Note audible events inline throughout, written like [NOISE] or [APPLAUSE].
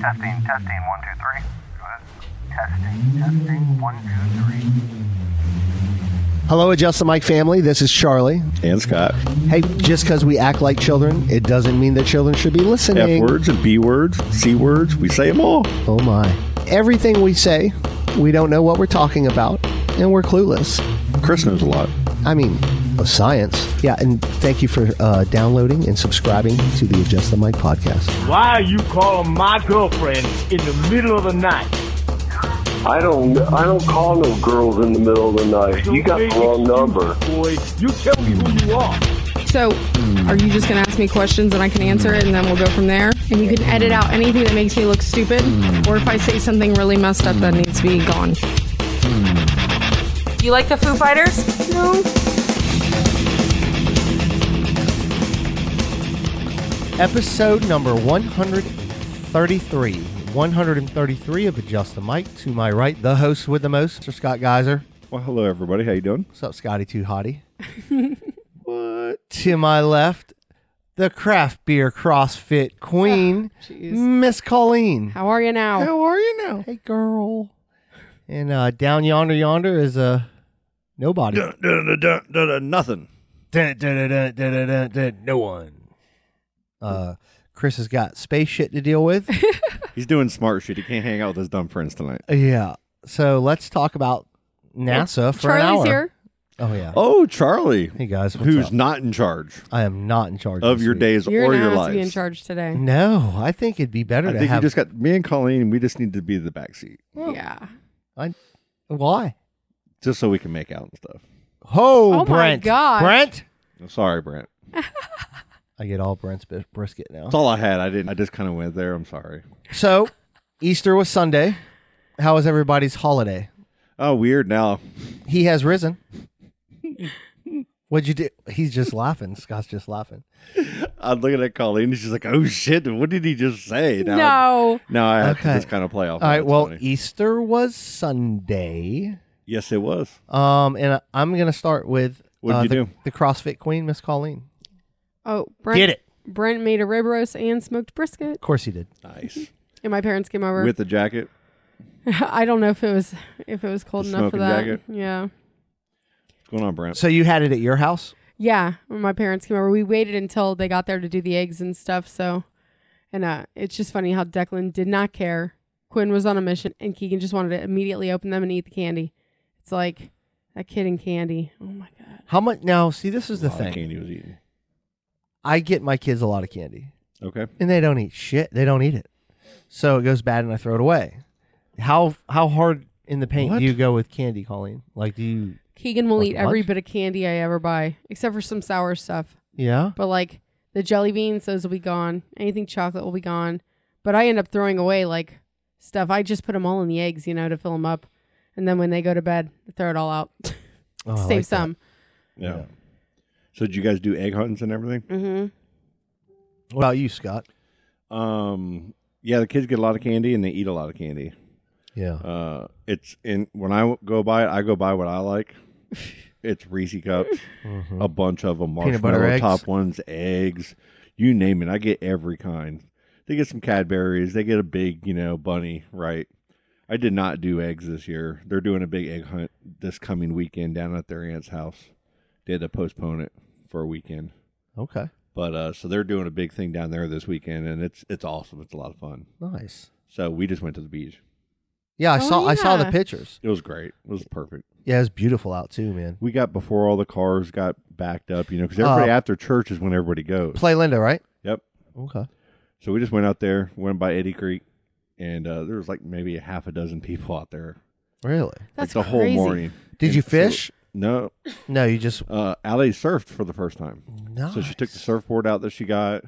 Testing, testing, one, two, three. Good. Testing, testing, one, two, three. Hello, Adjust the Mic family. This is Charlie. And Scott. Hey, just because we act like children, it doesn't mean that children should be listening. F words and B words, C words, we say them all. Oh my. Everything we say, we don't know what we're talking about, and we're clueless. Chris knows a lot. I mean, of science. Yeah, and thank you for uh, downloading and subscribing to the Adjust the Mic podcast. Why are you calling my girlfriend in the middle of the night? I don't. I don't call no girls in the middle of the night. You got the wrong number. Boy, you tell me who you are. So, Hmm. are you just going to ask me questions and I can answer it and then we'll go from there? And you can edit out anything that makes me look stupid Hmm. or if I say something really messed up that needs to be gone. You like the Foo Fighters? No. Episode number 133. 133 of Adjust the Mic. To my right, the host with the most, Mr. Scott Geiser. Well, hello everybody. How you doing? What's up, Scotty Too Hottie? what? To my left, the craft beer CrossFit queen, Ah, jeez. Miss Colleen. How are you now? How are you now? Hey, girl. And uh, down yonder, yonder is uh, nobody. Dun, dun, dun, dun, dun, dun, nothing. Dun, dun, dun, dun, dun, dun, dun, no one. Uh, Chris has got space shit to deal [LAUGHS] with. He's doing smart shit. He can't hang out with his dumb friends tonight. yeah. So let's talk about NASA for an hour. Charlie's here. Oh yeah. Oh, Charlie. Hey guys, what's Who's up? not in charge I am not in charge of this your week. days You're or not your supposed to be in lives? charge today. No, I think it'd be better I to think have. you just got me and Colleen. We just need to be the back seat Yeah. I, why? just so we can make out and stuff. Oh, Oh, my Brent. gosh. Brent. I'm sorry, Brent. I get all Brent's bris- brisket now. That's all I had. I didn't. I just kind of went there. I'm sorry. So, Easter was Sunday. How was everybody's holiday? Oh, weird. Now He has risen. What'd you do? He's just laughing. Scott's just laughing. I'm looking at Colleen. And she's like, "Oh shit! What did he just say?" Now, No. Now I have Okay. to just kind of play off. All right. Oh, That's Well, funny. Easter was Sunday. yes, it was. Um, and I- I'm gonna start with uh, What'd you the, do? the CrossFit Queen, Miss Colleen. Oh, Brent. Get it. Brent made a rib roast and smoked brisket. Of course he did. Nice And my parents came over. with the jacket. [LAUGHS] I don't know if it was if it was cold The enough for smoking that. jacket? Yeah. What's going on, Brent? So you had it at your house. Yeah, when my parents came over, we waited until they got there to do the eggs and stuff. So, and uh, it's just funny how Declan did not care. Quinn was on a mission, and Keegan just wanted to immediately open them and eat the candy. It's like that kid and candy. Oh my god! How much? Now, see, this is the A lot of thing. Candy was eating. I get my kids a lot of candy, Okay. and they don't eat shit. They don't eat it, so it goes bad, and I throw it away. How how hard in the paint What? do you go with candy, Colleen? Like, do you? Keegan will Like eat every lunch? bit of candy I ever buy, except for some sour stuff. Yeah. But like the jelly beans, those will be gone. Anything chocolate will be gone. But I end up throwing away like stuff. I just put them all in the eggs, you know, to fill them up. And then when they go to bed, throw it all out. Oh, I Save like that. some. Yeah. So did you guys do egg hunts and everything? What about you, Scott? Um. Yeah, the kids get a lot of candy and they eat a lot of candy. Yeah. Uh, it's in when I w- go buy it, I go buy what I like. [LAUGHS] It's Reese cups, a bunch of them, Peanut butter marshmallow eggs. top ones, eggs, you name it. I get every kind. They get some Cadbury's. They get a big, you know, bunny. Right. I did not do eggs this year. They're doing a big egg hunt this coming weekend down at their aunt's house. They had to postpone it for a weekend, Okay. but uh, so they're doing a big thing down there this weekend, and it's it's awesome. It's a lot of fun. Nice. So we just went to the beach. Yeah, I Oh, saw I saw the yeah. pictures. It was great. It was perfect. Yeah, it's beautiful out too, man. we got before all the cars got backed up, you know, because everybody Uh, after church is when everybody goes. Play Linda, right? Yep. Okay. So we just went out there, went by Eddie Creek, and uh, there was like maybe a half a dozen people out there. Really? That's like the crazy. whole morning. Did you so- fish? no. No, you just Uh, Allie surfed for the first time. no. So she took the surfboard out that she got.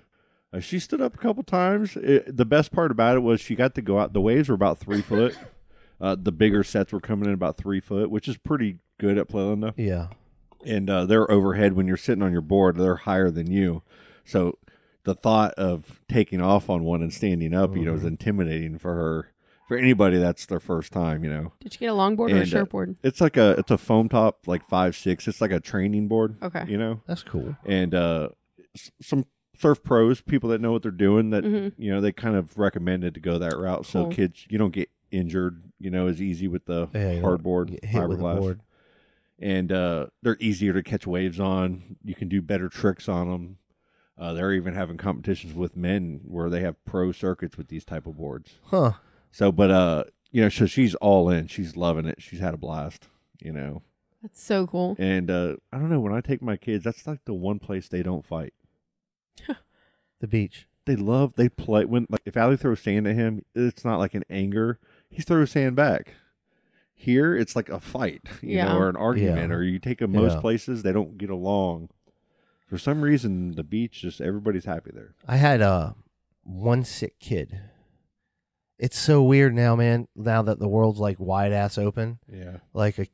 Uh, she stood up a couple times. It, the best part about it was she got to go out. The waves were about three foot. [LAUGHS] Uh, the bigger sets were coming in about three foot, which is pretty good at Playland. Yeah. and uh, they're overhead when you're sitting on your board they're higher than you so the thought of taking off on one and standing up you know is intimidating for her for anybody that's their first time you know Did you get a longboard or a And, uh, shortboard? it's like a it's a foam top like five six it's like a training board Okay. you know That's cool. and uh s- some surf pros, people that know what they're doing, that Mhm. you know they kind of recommended to go that route. So Cool. kids, you don't get injured, you know, as easy with the Yeah, you don't hardboard get hit with a fiberglass, board. and uh, they're easier to catch waves on. You can do better tricks on them. Uh, they're even having competitions with men where they have pro circuits with these type of boards. Huh. So, but uh, you know, so she's all in. She's loving it. She's had a blast. You know, That's so cool. and uh, I don't know. When I take my kids, that's like the one place they don't fight. The beach. They love. They play when like if Allie throws sand at him, it's not like an anger. He throws sand back. Here, it's like a fight, you Yeah. know, or an argument, Yeah. or you take them most Yeah. places they don't get along. For some reason, the beach just everybody's happy there. I had uh, one sick kid. It's so weird now, man. Now that the world's like wide ass open, Yeah, like a,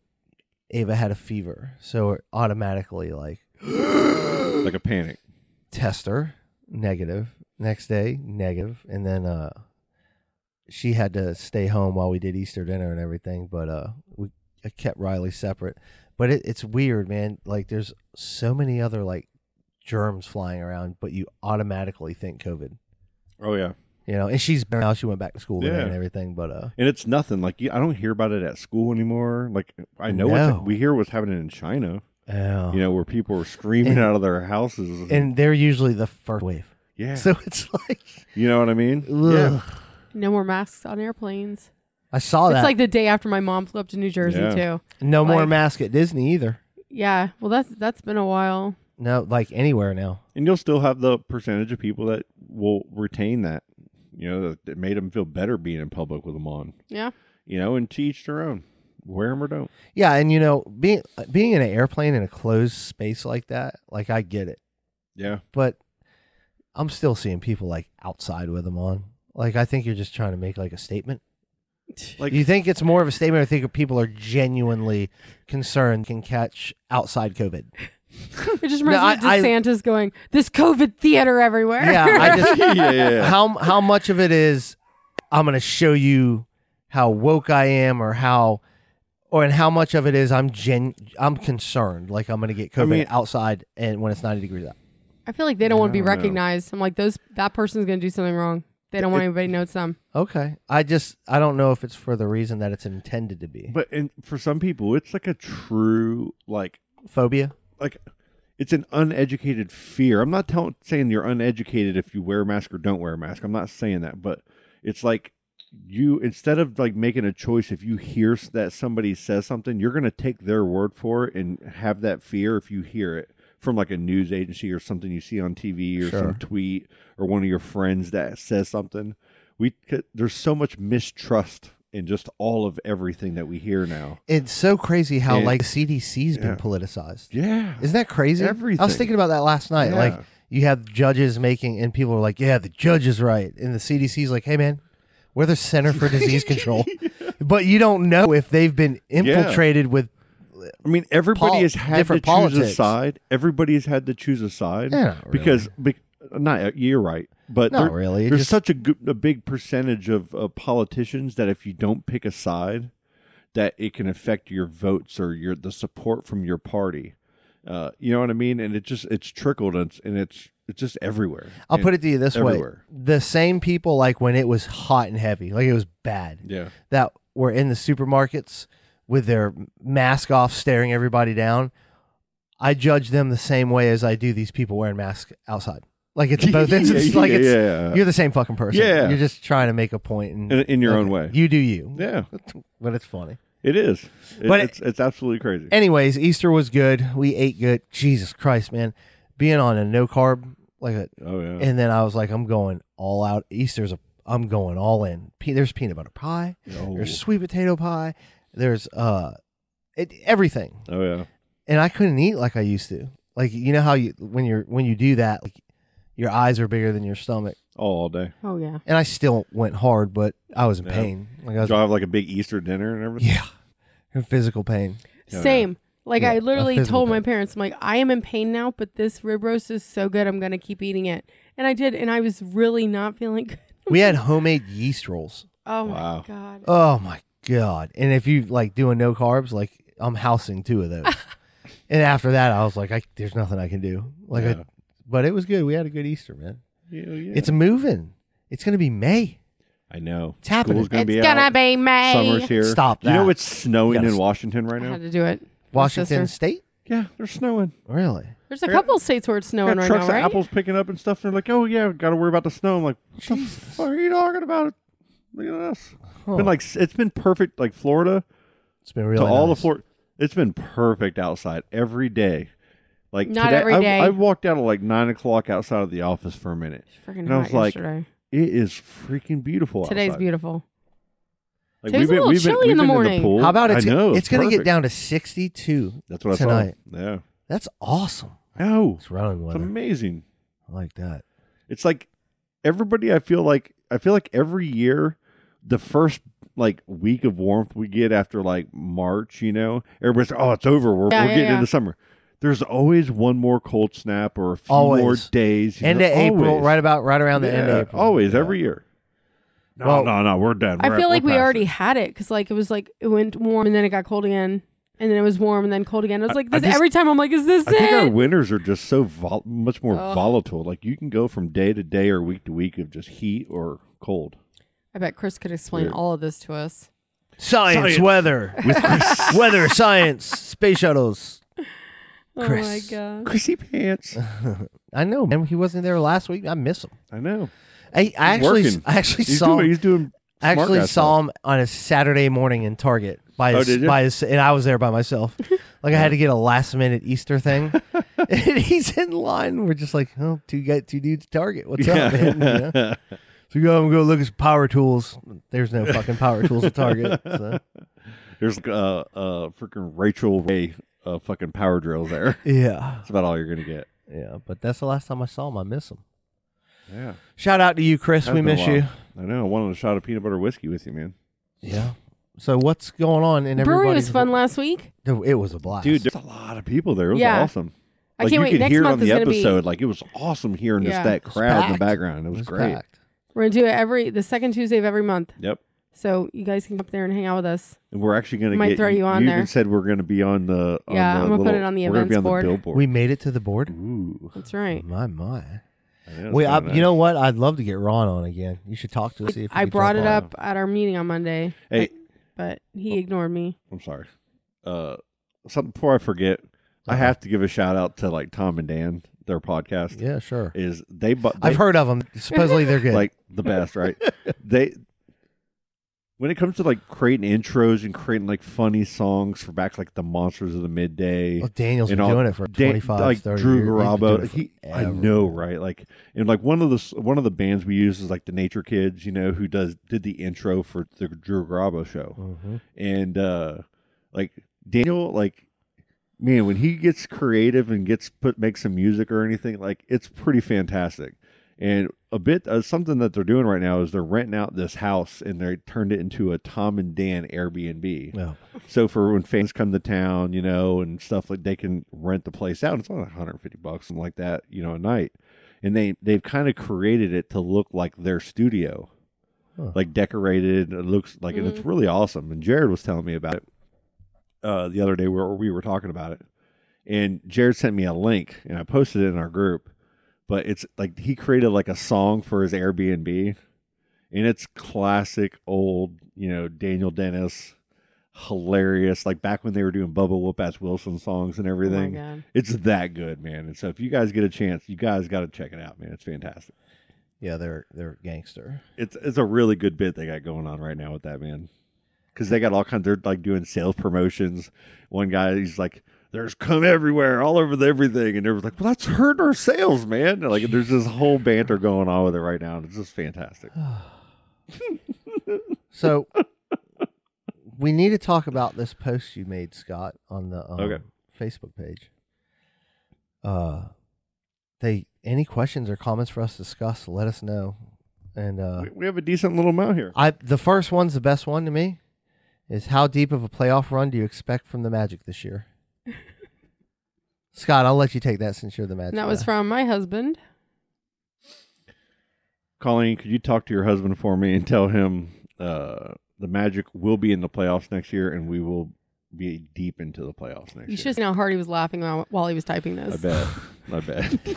Ava had a fever, so it automatically like like a panic. test her negative. Next day negative, and then uh, she had to stay home while we did Easter dinner and everything. But uh, we I kept Riley separate. But it, it's weird, man. Like there's so many other like germs flying around, but you automatically think COVID. Oh yeah, you know, and she's better now. She went back to school today Yeah. and everything, but uh, and it's nothing like you, I don't hear about it at school anymore. Like I know No. what we hear what's happening in China. yeah. You know where people are screaming And- out of their houses. and they're usually the first wave, [LAUGHS] yeah, so it's like, you know what I mean. Yeah, ugh. No more masks on airplanes. I saw that. It's like the day after my mom flew up to New Jersey Yeah. too. no more like- mask at Disney either. Yeah. Well, that's that's been a while. No, like anywhere now. and you'll still have the percentage of people that will retain that. You know that it made them feel better being in public with them on. Yeah. [LAUGHS] You know, and to each their own. Wear them or don't. Yeah, and you know, being being in an airplane in a closed space like that, like I get it, Yeah, but I'm still seeing people like outside with them on. Like I think you're just trying to make like a statement. like you think it's more of a statement? I think people are genuinely concerned can catch outside COVID. It just reminds No, me I- of DeSantis going, "This COVID theater everywhere." Yeah, I [LAUGHS] just [LAUGHS] yeah, yeah, yeah. how how much of it is I'm going to show you how woke I am, or how, or and how much of it is I'm gen I'm concerned, like I'm going to get COVID I mean- outside and when it's 90 degrees out. [LAUGHS] I feel like they don't want to be No, no. recognized. I'm like, those that person's gonna do something wrong. They don't want It- anybody to know it's them. Okay, I just I don't know if it's for the reason that it's intended to be but and for some people, it's like a true like phobia. like it's an uneducated fear. I'm not telling saying you're uneducated if you wear a mask or don't wear a mask. I'm not saying that, but it's like you instead of like making a choice if you hear s- that somebody says something, you're going to take their word for it and have that fear if you hear it from like a news agency or something you see on TV or Sure. some tweet or one of your friends that says something. We c- there's so much mistrust in just all of everything that we hear now. It's so crazy how It- like CDC's been yeah. politicized. Yeah. Isn't that crazy? I was Everything. thinking about that last night. Yeah. Like you have judges making, and people are like, "Yeah, the judge is right," and the CDC's like, "Hey, man, we're the Center for Disease [LAUGHS] Control," but you don't know if they've been infiltrated with. I mean, everybody Pol- has had to different choose a politics. side. Everybody has had to choose a side Yeah, not really. because be, not uh, you're right, but Not there- really, it There's just- such a, good, a big percentage of uh, politicians that if you don't pick a side, that it can affect your votes or your the support from your party. Uh, you know what I mean? And it just it's trickled and it's and it's, it's just everywhere. I'll And- put it to you this everywhere. way: the same people, like when it was hot and heavy, like it was bad, Yeah. that were in the supermarkets with their mask off, staring everybody down. I judge them the same way as I do these people wearing masks outside. Like it's both [LAUGHS] Yeah, instances. like yeah, it's yeah. You're the same fucking person. Yeah. You're just trying to make a point and, In- in your and own way. You do you. yeah, But it's funny. it is. It- But it- it's it's absolutely crazy. Anyways, Easter was good. We ate good. Jesus Christ, man. Being on a no carb, like a, oh yeah. and then I was like, I'm going all out. Easter's a, I'm going all in. Pe- there's peanut butter pie. oh. There's sweet potato pie. There's uh, it, everything. oh yeah. And I couldn't eat like I used to. Like you know how you when you're when you do that, like your eyes are bigger than your stomach. All day. Oh yeah. And I still went hard, but I was in Yeah. pain. Like I was Do I have like a big Easter dinner and everything? Yeah. And physical pain. Yeah. Same. Like Yeah, I a literally physical told my pain. parents, I'm like, I am in pain now, but this rib roast is so good, I'm gonna keep eating it. And I did, and I was really not feeling [LAUGHS] good. We had homemade yeast rolls. Oh Wow. my god. Oh my god. And if you like doing no carbs, like [LAUGHS] I'm housing two of those. and after that I was like, I there's nothing I can do. Like Yeah. I But it was good. We had a good Easter, man. Hell yeah. It's moving. It's gonna be May. I know. It's happening. School's gonna it's be gonna out. be May. Summer's here. Stop You know that. it's snowing gotta in s- Washington right I now. had to do it. My Washington sister. State. Yeah, they're snowing. Really? There's a They're- couple states where it's snowing Got right trucks now, of right? apples picking up and stuff. They're like, oh yeah, got to worry about the snow. I'm like, what the fuck are you talking about? Look at us. Huh. Been like s- it's been perfect, like Florida It's been really to all nice. the Florida. It's been perfect outside every day. Like Not today, every I, day. I walked out at like nine o'clock outside of the office for a minute. Freaking and I was hot like, yesterday. It is freaking beautiful. Today's outside. beautiful. Like, Today's a little chilly in the morning. pool. How about it's I know, it's gonna get perfect. down to sixty two. That's what tonight. I saw. Yeah. That's awesome. No, It's running it's weather. amazing. I like that. It's like everybody. I feel like I feel like every year, the first like week of warmth we get after like March, you know, everybody's like, oh, it's over. We're, Yeah, we're yeah, getting yeah. into summer. There's always one more cold snap or a few more Always. days. you End know, of April, always. right about right around the end Yeah, Oh, of April. Always, Yeah. every year. No, Well, no, no. We're done. I We're- feel like we're we past already it. had it because like it was like it went warm and then it got cold again and then it was warm and then cold again. I was I- like I this just- every time. I'm like, is this I think our it? winters are just so vol- much more Ugh. volatile. Like you can go from day to day or week to week of just heat or cold. I bet Chris could explain Weird. all of this to us. Science, Science. [LAUGHS] weather, weather, science, space shuttles. Oh my Chris. [LAUGHS] god. Chrissy pants. I know, man. He wasn't there last week. I miss him. I know. I, I He's actually, working. I actually He's saw, doing. He's doing. I smart actually saw guy stuff. him on a Saturday morning in Target by Oh, his, did you? by his, and I was there by [LAUGHS] myself. like I had to get a last minute Easter [LAUGHS] thing, and he's in line. We're just like, oh, two got two dudes at Target. What's up, man? You know? So you go and go look at power tools. There's no fucking power tools at [LAUGHS] Target. So. There's uh uh freaking Rachel Ray uh fucking power drills there. [LAUGHS] Yeah, That's about all you're gonna get. yeah. But that's the last time I saw him. I miss him. Yeah. Shout out to you, Chris. That's we been a miss while. you. I know. I wanted a shot of peanut butter whiskey with you, man. Yeah. So what's going on in Brewery everybody's was fun last week. Dude, It was a blast, Dude, there's a lot of people there. It was Yeah. awesome. I Like, can't you wait. could Next hear it month on the is gonna be- episode. Like it was awesome hearing Yeah. just that It was crowd in the packed. background. It was, great. packed. We're gonna do it every the second Tuesday of every month. Yep. So you guys can come up there and hang out with us. And we're actually going to Might get, throw you on you there. even said we're going to be on the. On the Yeah, I'm gonna put little- it on the we're gonna be events on the board. billboard. We made it to the board. Ooh, That's right. My my. I uh, know, it's We, I, kinda you nice. know what? I'd love to get Ron on again. You should talk to us. See if he I could brought it jump on. up at our meeting on Monday, Hey, Oh, but he ignored me. Oh I'm sorry. Uh, something before I forget, I Uh-huh. have to give a shout out to like Tom and Dan. Their podcast Yeah, sure. is they. bu- they I've heard of them. Supposedly they're good. like the best, [LAUGHS] right? they when it comes to like creating intros and creating like funny songs for back like the monsters of the midday. well, Daniel's and been all- doing it for Dan- 25, like 30 Drew years. He's been doing Garabo. it He, I forever. know, right? Like, and like one of the s- one of the bands we use is like the Nature Kids, you know, who does did the intro for the Drew Garabo show, Mhm. and uh like Daniel, like man, when he gets creative and gets put makes some music or anything, like it's pretty fantastic. And a bit uh, something that they're doing right now is they're renting out this house and they turned it into a Tom and Dan Airbnb. No. So for when fans come to town, you know, and stuff like they can rent the place out. It's only 150 bucks, something like that, you know, a night. And they they've kind of created it to look like their studio, Huh. like decorated. It looks like and Mm-hmm. it's really awesome. And Jared was telling me about it uh, the other day where we were talking about it, and Jared sent me a link and I posted it in our group. But it's like he created like a song for his Airbnb, and it's classic old, you know, Daniel Dennis, hilarious. Like back when they were doing Bubba Whoop Ass Wilson songs and Oh my everything. god. It's that good, man. And so if you guys get a chance, you guys got to check it out, man. It's fantastic. Yeah, they're they're gangster. It's it's a really good bit they got going on right now with that man, because they got all kinds. They're like doing sales promotions. One guy, he's like, "There's come everywhere, all over the everything," and everyone's like, "Well, that's hurt our sales, man." And, like there's this whole banter going on with it right now, and it's just fantastic. [LAUGHS] So we need to talk about this post you made, Scott, on the um, Okay. Facebook page. Uh, they any questions or comments for us to discuss? Let us know. And uh, We, we have a decent little amount here. I the first one's the best one to me. Is how deep of a playoff run do you expect from the Magic this [LAUGHS] year? Scott, I'll let you take that since you're the Magic. And that was guy. from my husband. Colleen, could you talk to your husband for me and tell him uh, the Magic will be in the playoffs next year, and we will be deep into the playoffs next year. [LAUGHS] You should see how hard he was laughing while while he was typing this. I bet. I bet.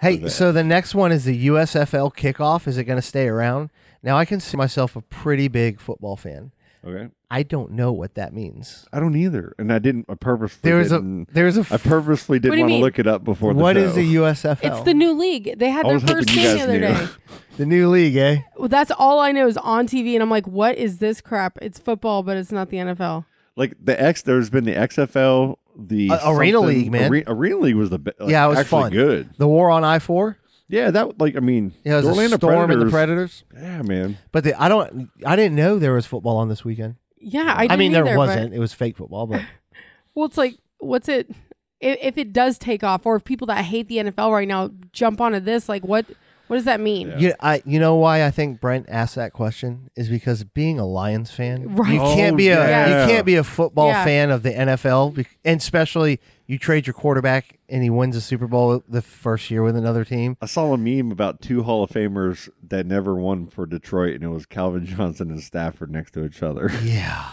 Hey, that. so the next one is the USFL kickoff. Is it going to stay around? Now I consider myself a pretty big football fan. Okay. I don't know what that means. I don't either, and I didn't. I purposely There is a didn't. there is a I purposely What didn't do you want to mean? look it up before. The what show. is the USFL? It's the new league. They had I their was hoping first you guys game the other knew. [LAUGHS] day. The new league, eh? Well, that's all I know is on TV, and I'm like, what is this crap? It's football, but it's not the NFL. like the X? There's been the XFL, the Uh, Arena something- League, man. Are- Arena League was the be- like, Yeah, it was actually fun. good. The war on I four. Yeah, that like I mean, Yeah, it was the a Orlando storm Predators. and the Predators. Yeah, man. But the, I don't. I didn't know there was football on this weekend. Yeah, I, didn't mean, either, there but- wasn't. It was fake football, but well, it's like, what's it? If, if it does take off, or if people that hate the NFL right now jump onto this, like, what? What does that mean? Yeah. you, I, you know why I think Brent asked that question is because being a Lions fan, Right. you Oh, can't be a yeah. you can't be a football Yeah. fan of the NFL, bec- and especially you trade your quarterback and he wins the Super Bowl the first year with another team. I saw a meme about two Hall of Famers that never won for Detroit, and it was Calvin [LAUGHS] Johnson and Stafford next to each other, [LAUGHS] Yeah,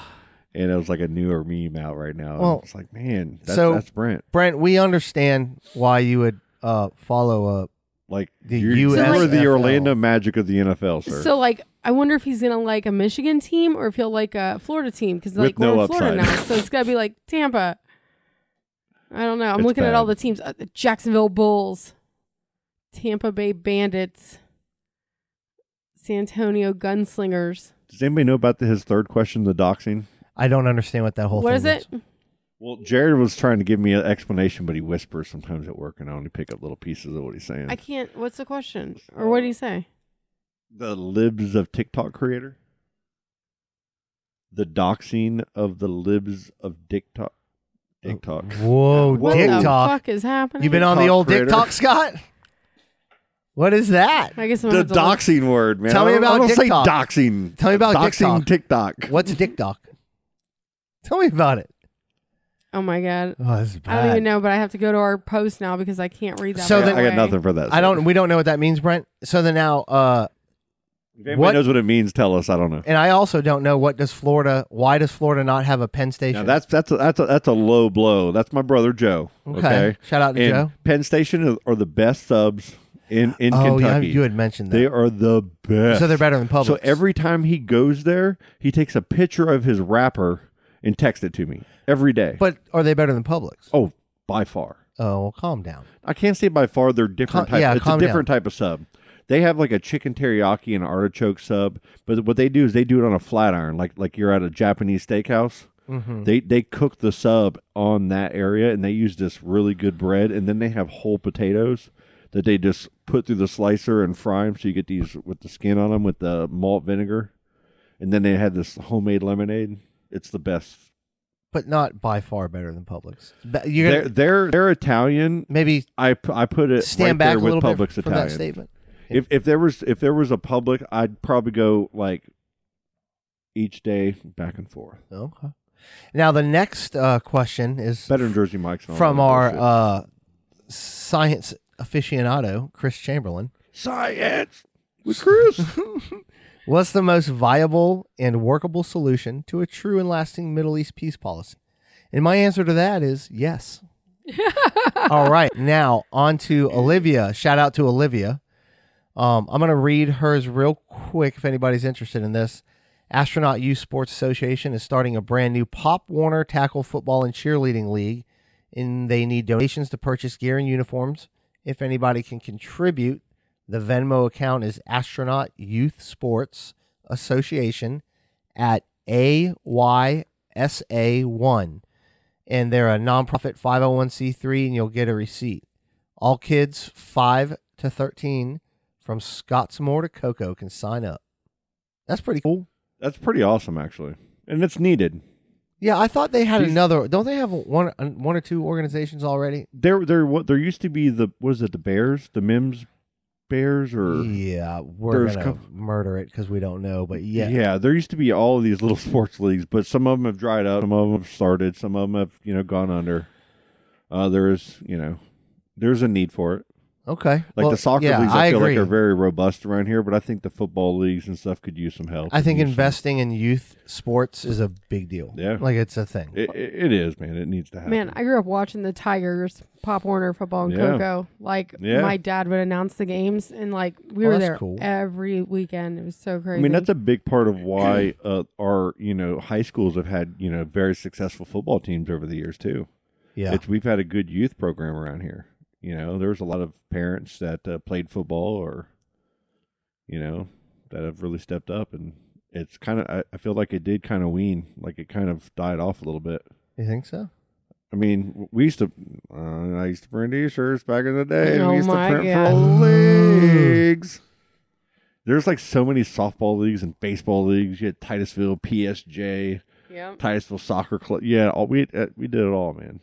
and it was like a newer meme out right now. Well, it's like, man, that's, so- that's Brent. Brent, we understand why you would uh, follow up. Like The you're, you're the USFL. Orlando Magic of the NFL, sir. So like, I wonder if he's gonna like a Michigan team or if he'll like a Florida team because With like we're no in Florida upside. now, [LAUGHS] so it's gotta be like Tampa. I don't know. I'm It's looking at bad. all the teams: uh, the Jacksonville Bulls, Tampa Bay Bandits, San Antonio Gunslingers. Does anybody know about the, his third question, the doxing? I don't understand what that whole What thing is it? Well, Jared was trying to give me an explanation, but he whispers sometimes at work, and I only pick up little pieces of what he's saying. I can't. What's the question? Or what do you say? the libs of TikTok creator, the doxing of the libs of TikTok. TikTok. Oh, Whoa, Whoa. What the TikTok! fuck is happening? You been on the TikTok old creator. TikTok, Scott? What is that? I guess I'm The gonna have to look. doxing word, man. Tell me I don't- I about don't say TikTok. doxing. Tell me about doxing TikTok. What's a TikTok? Tell me about it. Oh my god. Oh, this is I don't bad. even know, but I have to go to our post now because I can't read that. So right the- I away. got nothing for that. I don't. We don't know what that means, Brent. So then now, uh, If anybody What- knows what it means, tell us. I don't know. and I also don't know what does Florida. Why does Florida not have a Penn Station? Now that's that's a, that's a, that's a low blow. That's my brother Joe. okay. Okay. Shout out to And Joe. Penn Station are- are the best subs in in oh, yeah, Kentucky. you had mentioned that. they are the best. so they're better than Publix. So every time he goes there, he takes a picture of his wrapper and texts it to me every day. but are they better than Publix? oh, by far. Oh, well, calm down. I can't say by far they're different Cal- type. yeah, it's calm a different type of sub. They have like a chicken teriyaki and artichoke sub, but what they do is they do it on a flat iron, like like you're at a Japanese steakhouse. Mhm. They they cook the sub on that area, and they use this really good bread, and then they have whole potatoes that they just put through the slicer and fry them, so you get these with the skin on them with the malt vinegar, and then they had this homemade lemonade. It's the best. But not by far better than Publix. But You're They're gonna they're, they're Italian. maybe I, pu- I put it stand right back there a with little bit Publix from Italian. that statement. If if there was if there was a public, I'd probably go like each day back and forth. Okay. Now the next uh, question is Better than Jersey Mike's and all from that our bullshit. uh, science aficionado, Chris Chamberlain. science with Chris. [LAUGHS] What's the most viable and workable solution to a true and lasting Middle East peace policy? And my answer to that is yes. All right, now on to Olivia. Shout out to Olivia. Um, I'm going to read hers real quick if anybody's interested in this. Astronaut Youth Sports Association is starting a brand new Pop Warner Tackle Football and Cheerleading League, and they need donations to purchase gear and uniforms. If anybody can contribute, the Venmo account is Astronaut Youth Sports Association at AYSA1. And they're a nonprofit 501c3, and you'll get a receipt. All kids 5 to 13 from Scottsmore to Cocoa can sign up. That's pretty cool. That's pretty awesome, actually, and it's needed. Yeah, I thought they had Jeez. another. Don't they have one, one or two organizations already? There there what there used to be the what is it the Bears the Mims Bears or Yeah, we're There's gonna com- murder it because we don't know. But yeah, there used to be all of these little [LAUGHS] sports leagues, but some of them have dried up, some of them have started, some of them have you know gone under. Uh, there is you know there's a need for it. Okay. Like Well, the soccer yeah, leagues, I, I, feel agree. like are very robust around here, but I think the football leagues and stuff could use some help. I think Could use some- investing in youth sports is a big deal. Yeah. Like it's a thing. It, it, it is, man. It needs to happen. Man, I grew up watching the Tigers, Pop Warner football, and Yeah. Coco. Like Yeah. my dad would announce the games, and like we Oh, were that's there cool. every weekend. It was so crazy. I mean, that's a big part of why uh, our you know high schools have had you know very successful football teams over the years too. yeah. It's we've had a good youth program around here. You know, there's a lot of parents that uh, played football or you know that have really stepped up, and it's kind of I, I feel like it did kind of wean, like it kind of died off a little bit. You think so? I mean, we used to. Uh, I used to print T-shirts back in the day. Oh we used to my print God. for leagues. There's like so many softball leagues and baseball leagues. You had Titusville, PSJ, [LAUGHS] yeah. Titusville Soccer Club. Yeah, all, we uh, we did it all, man.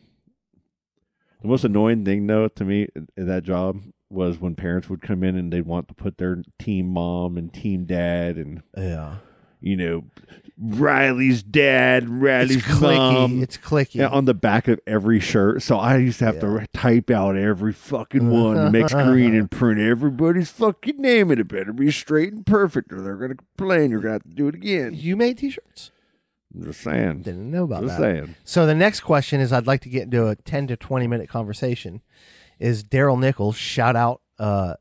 The most annoying thing though to me in in that job was when parents would come in and they'd want to put their team mom and team dad and Yeah. you know Riley's dad, It's Riley's clicky. mom. it's clicky. Yeah, on the back of every shirt. So I used to have to to type out every fucking one, and [LAUGHS] mix green, and print everybody's fucking name. And it better be straight and perfect, or they're gonna complain. You're gonna have to do it [LAUGHS] again. you made t-shirts. I'm just saying. Didn't know about just that. saying. So the next question is I'd like to get into a 10 to 20 minute conversation is Daryl Nichols shout out uh,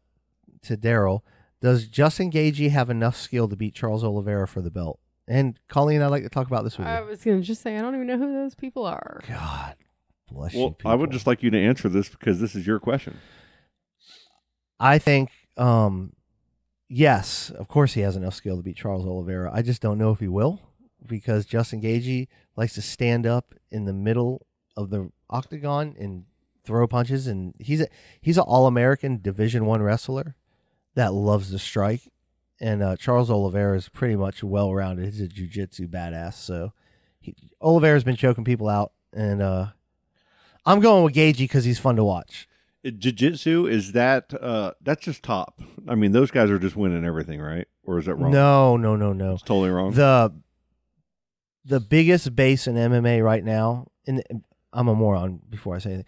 to Daryl does Justin Gagey have enough skill to beat Charles Oliveira for the belt and Colleen I'd like to talk about this with I you was gonna just say I don't even know who those people are. God bless you Well, I would people. just like you to answer this because this is your question. I think um, yes of course he has enough skill to beat Charles Oliveira I just don't know if he will because Justin Gagey likes to stand up in the middle of the octagon and throw punches and he's a he's an all-american division one wrestler that loves to strike and uh, charles oliveira is pretty much well-rounded he's a jiu-jitsu badass so he, oliveira's been choking people out and uh, i'm going with Gagey because he's fun to watch Jiu Jitsu Uh, is that? Uh, that's just top. I mean, those guys are just winning everything, right? Or is that wrong? no no no no it's totally wrong. the the biggest base in MMA right now, and I'm a moron before I say anything.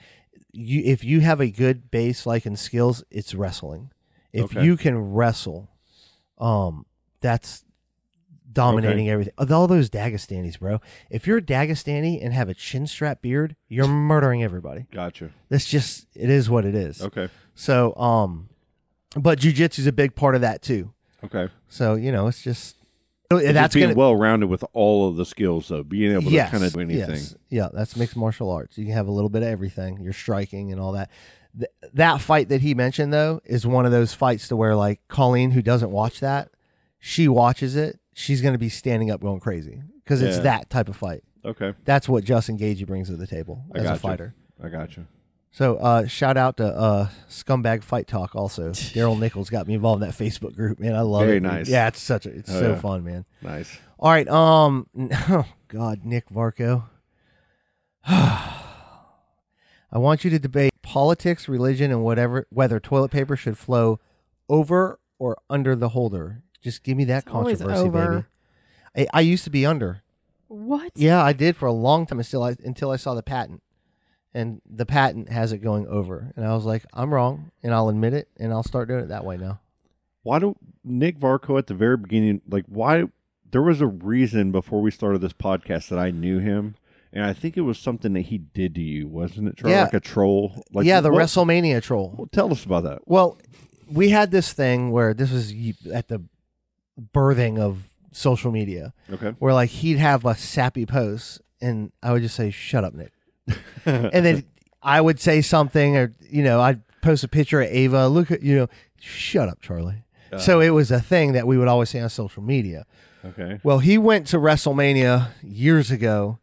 You, if you have a good base, like in skills, it's wrestling. If Okay. you can wrestle, um, that's dominating everything. Of All those Dagestanis, bro. If you're a Dagestani and have a chin strap beard, you're murdering everybody. gotcha. That's just it is what it is. Okay. So, um, but jujitsu is a big part of that too. Okay. So you know, it's just It's that's just being gonna well rounded with all of the skills, though. Being able yes, to kind of do anything. yes. Yeah, that's mixed martial arts. You can have a little bit of everything. You're striking and all that. Th- that fight that he mentioned though is one of those fights to where like Colleen, who doesn't watch that, she watches it. She's going to be standing up going crazy because it's Yeah. that type of fight. Okay. That's what Justin Gagey brings to the table I as gotcha. a fighter. I gotcha. So uh, shout out to uh, Scumbag Fight Talk. Also, [LAUGHS] Daryl Nichols got me involved in that Facebook group. Man, I love Very it. dude. nice. Yeah, it's such a it's Oh, so yeah. fun, man. Nice. All right. Um. [LAUGHS] Oh God, Nick [SIGHS] Varco. I want you to debate politics, religion, and whatever whether toilet paper should flow over or under the holder. Just give me that It's always controversy, over. baby. I, I used to be under. What? Yeah, I did for a long time until I until I saw the patent, and the patent has it going over, and I was like, I'm wrong, and I'll admit it, and I'll start doing it that way now. Why do Nick Varco at the very beginning? Like, why? There was a reason before we started this podcast that I knew him, and I think it was something that he did to you, wasn't it? Charlie? Yeah. like a troll. Like, yeah, the what- WrestleMania troll. well, tell us about that. Well, we had this thing where this was y- at the birthing of social media, Okay. where like he'd have a sappy post, and I would just say, "Shut up, Nick," and then I would say something, or you know, I'd post a picture of Ava. Look at you know, shut up, Charlie. so it was a thing that we would always say on social media. [LAUGHS] Okay. Well, he went to WrestleMania years ago,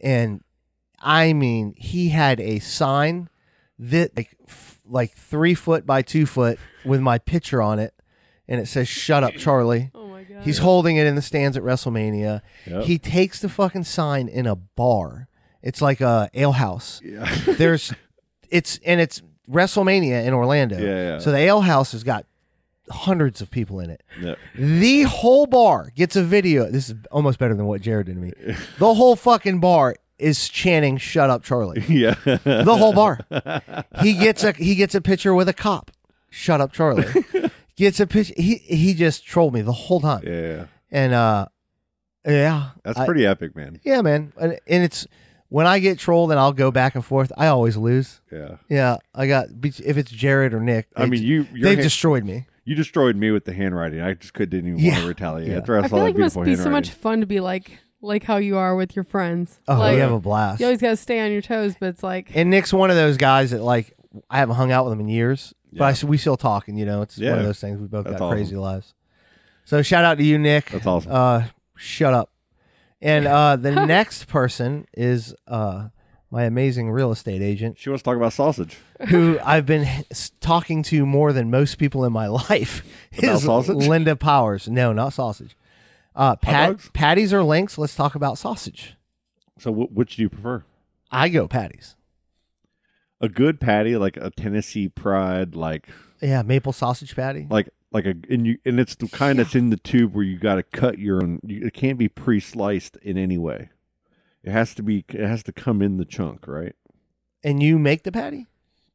and I mean, he had a sign that like f- like three foot by two foot with my picture on it, and it says "Shut up, Charlie." Oh my god. He's holding it in the stands at WrestleMania. Yep. [LAUGHS] He takes the fucking sign in a bar. It's like a alehouse. There's, it's and it's WrestleMania in Orlando. Yeah, yeah. So the alehouse has got hundreds of people in it. Yeah. The whole bar gets a video. This is almost better than what Jared did to me. The whole fucking bar is chanting "Shut up, Charlie." Yeah. The whole bar. He gets a he gets a picture with a cop. shut up, [LAUGHS] Charlie. Gets a picture. He he just trolled me the whole time, [LAUGHS] Yeah, and uh, yeah, that's I- pretty epic, man. yeah, man, and, and it's when I get trolled and I'll go back and forth. I always lose. Yeah, Yeah, I got if it's Jared or Nick. I they mean, ju- you your they've hand- destroyed me. you destroyed me with the handwriting. I just could didn't even want Yeah. to retaliate. Yeah. After I, I saw feel that like it must beautiful be so much handwriting. fun to be like like how you are with your friends. Oh, like, we have a blast. you always got to stay on your toes, but it's like And Nick's one of those guys that like I haven't hung out with him in years, but I, Yeah. s- we still talking. You know, it's one Yeah. of those things. We both That's got awesome. crazy lives. So shout out to you, Nick. That's awesome. Uh, shut up. And uh, the next person is uh, my amazing real estate agent, she wants to talk about sausage. who I've been s- talking to more than most people in my [LAUGHS] life. About Is sausage? Linda Powers? No, not sausage. Uh, pat- dogs? patties or links? Let's talk about sausage. So, wh- which do you prefer? I go patties. A good patty, like a Tennessee Pride, like Yeah, maple sausage patty. like like a and you and it's the kind that's in the tube where you got to cut your own. You, it can't be pre-sliced in any way. It has to be. It has to come in the chunk, right? And you make the patty?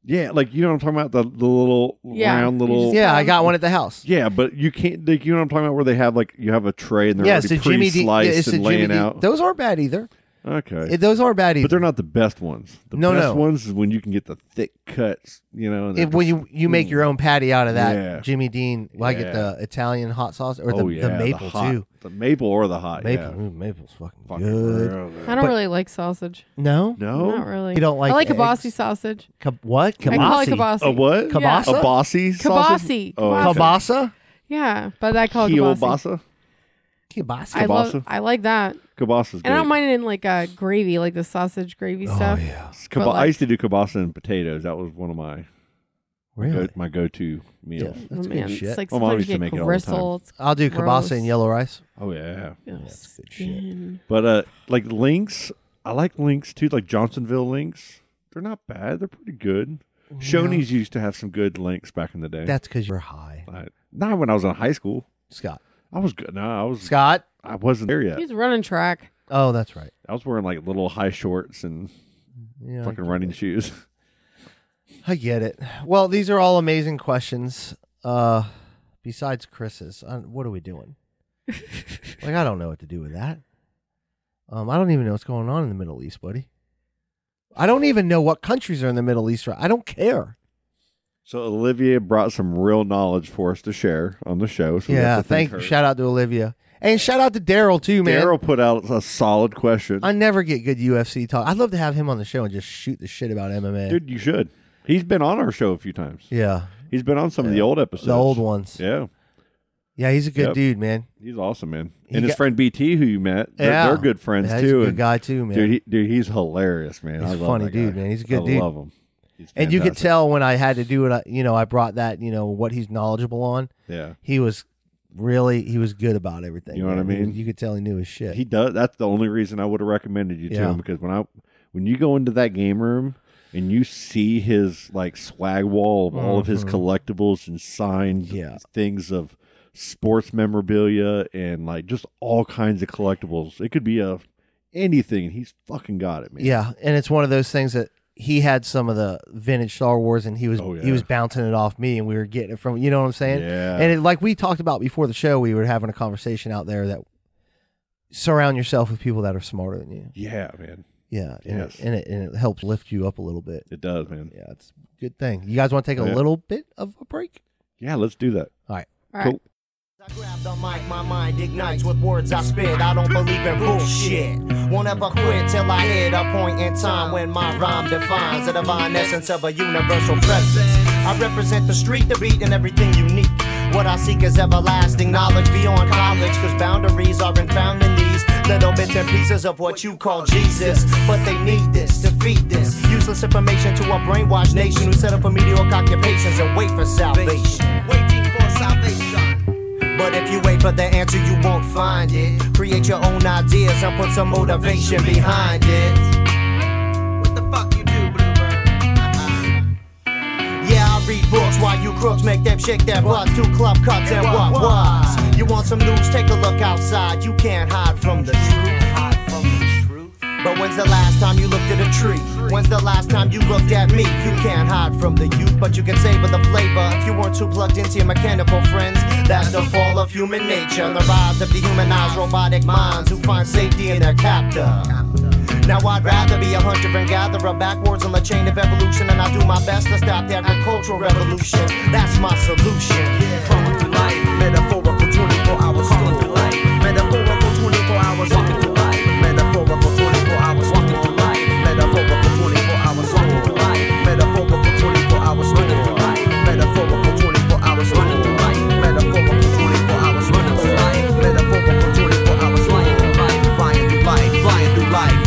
Yeah, like you know what I'm talking about the, the little Yeah, round you little. just- Yeah, I got one at the house. Yeah, but you can't. Like, you know what I'm talking about, where they have like you have a tray and they're Yeah, it's already a Jimmy D. yeah, pre-sliced it's a and Jimmy laying D. out. Those aren't bad either. okay, Eh, Those aren't bad either. but they're not the best ones. The No, best no. ones is when you can get the thick cuts. You know, and Eh, they're when just- you you make your own patty out of that Mm. Yeah. Jimmy Dean, well, I get Yeah. the Italian hot sauce or the, oh, yeah, the maple hot- too. The maple or the hot Maple, Yeah. ooh, maple's fucking, Fucking good. real good. I don't But- really like sausage. No, No, Not really. You don't like I like eggs? kibasi sausage. Ka- what I call it kibasi? kibasi. a what? Yeah. Kielbasa? A bossy sausage? Kibasi. Oh, okay. Kielbasa? Yeah, but I call it kibasi. Kielbasa. Kielbasa? I love. Kielbasa? I like that, Kielbasa's good. and I don't mind it in like uh, gravy, like the sausage gravy oh stuff. yeah, It's kielba- but, like- I used to do kielbasa and potatoes. That was one of my really? go- my go-to meals. Yeah. Oh, That's good man, shit. It's like My mom sometimes used you to get make it all the gristle. It's I'll do Gross. kibasa and yellow rice. Oh yeah. that's good shit. skin. But uh, like links, I like links too. Like Johnsonville links, they're not bad. They're pretty good. Shoney's used to have some good links back in the day. That's because you're high, I- not when I was in high school. Scott. I was good. No, I was. Scott. I wasn't there yet. He's running track. Oh, that's right. I was wearing like little high shorts and Yeah, fucking running shoes. [LAUGHS] I get it. Well, these are all amazing questions. Uh, besides Chris's, uh, what are we [LAUGHS] doing? like, I don't know what to do with that. Um, I don't even know what's going on in the Middle East, buddy. I don't even know what countries are in the Middle East. Right? I don't care. So Olivia brought some real knowledge for us to share on the show. So we have yeah, to thank, thank. Shout out to Olivia and shout out to Daryl too, man. Daryl put out a solid question. I never get good UFC talk. I'd love to have him on the show and just shoot the shit about MMA. Dude, you should. He's been on our show a few times. yeah, He's been on some of the old episodes. the old ones. Yeah, Yeah. he's a good Yep. dude, man. He's awesome, man. He and his got- friend BT, who you met, they're, yeah, they're good friends Yeah, he's too. a good and- guy too, man. Dude, he, dude, he's hilarious, man. He's I a love funny that dude, guy. man. He's a good I dude. love him. He's And you could fantastic. tell when I had to do it, I- you know, I brought that, you know, what he's knowledgeable on. Yeah, He was really, he was good about everything. You know what I man. He was- mean? You could tell he knew his shit. he does. That's the only reason I would have recommended you to Yeah. him because when I when you go into that game room and you see his like swag wall of all of his collectibles and signed Mm-hmm. Yeah. things of sports memorabilia and like just all kinds of collectibles. It could be a anything. and He's fucking got it, man. yeah, and it's one of those things that he had some of the vintage Star Wars, and he was Oh, he yeah. was bouncing it off me, and we were getting it from you know what I'm saying. Yeah. And it, like we talked about before the show, we were having a conversation out there that surround yourself with people that are smarter than you. Yeah, man. Yeah, and, Yes. it, and it and it helps lift you up a little bit. It does, man. Yeah, it's a good thing. You guys want to take a Yeah. little bit of a break? Yeah, let's do that. All right. All right. Cool. I grab the mic, my mind ignites with words I spit. I don't believe in bullshit. Won't ever quit till I hit a point in time when my rhyme defines the divine essence of a universal presence. I represent the street, the beat, and everything unique. What I seek is everlasting knowledge beyond college, cause boundaries aren't found in these little bits and pieces of what you call Jesus. But they need this to feed this useless information to a brainwashed nation who set up for mediocre occupations and wait for salvation. Waiting for salvation. But if you wait for the answer, you won't find it. Create your own ideas and put some motivation behind it. What the fuck you do, Bluebird? Yeah, I read books while you crooks make them shake their butts to club cuts and what was. You want some news? Take a look outside. You can't hide from the truth. But when's the last time you looked at a tree? When's the last time you looked at me? You can't hide from the youth, but you can savor the flavor. If you weren't too plugged into your mechanical friends, that's the fall of human nature and the rise of dehumanized robotic minds who find safety in their captor. Now I'd rather be a hunter and gatherer backwards on the chain of evolution, and I do my best to stop the agricultural revolution. That's my solution. Crawling through life, metaphorical 24 hours. Crawling through life, metaphorical 24 hours. Walking through life, metaphorical 24 hours. Walking through life, metaphorical 24 hours. Walking through life, metaphorical 24 hours. Running through life, metaphorical 24 hours. Running through life, metaphorical 24 hours. Running through life, metaphorical 24 hours. Flying through life, flying through life, flying through life.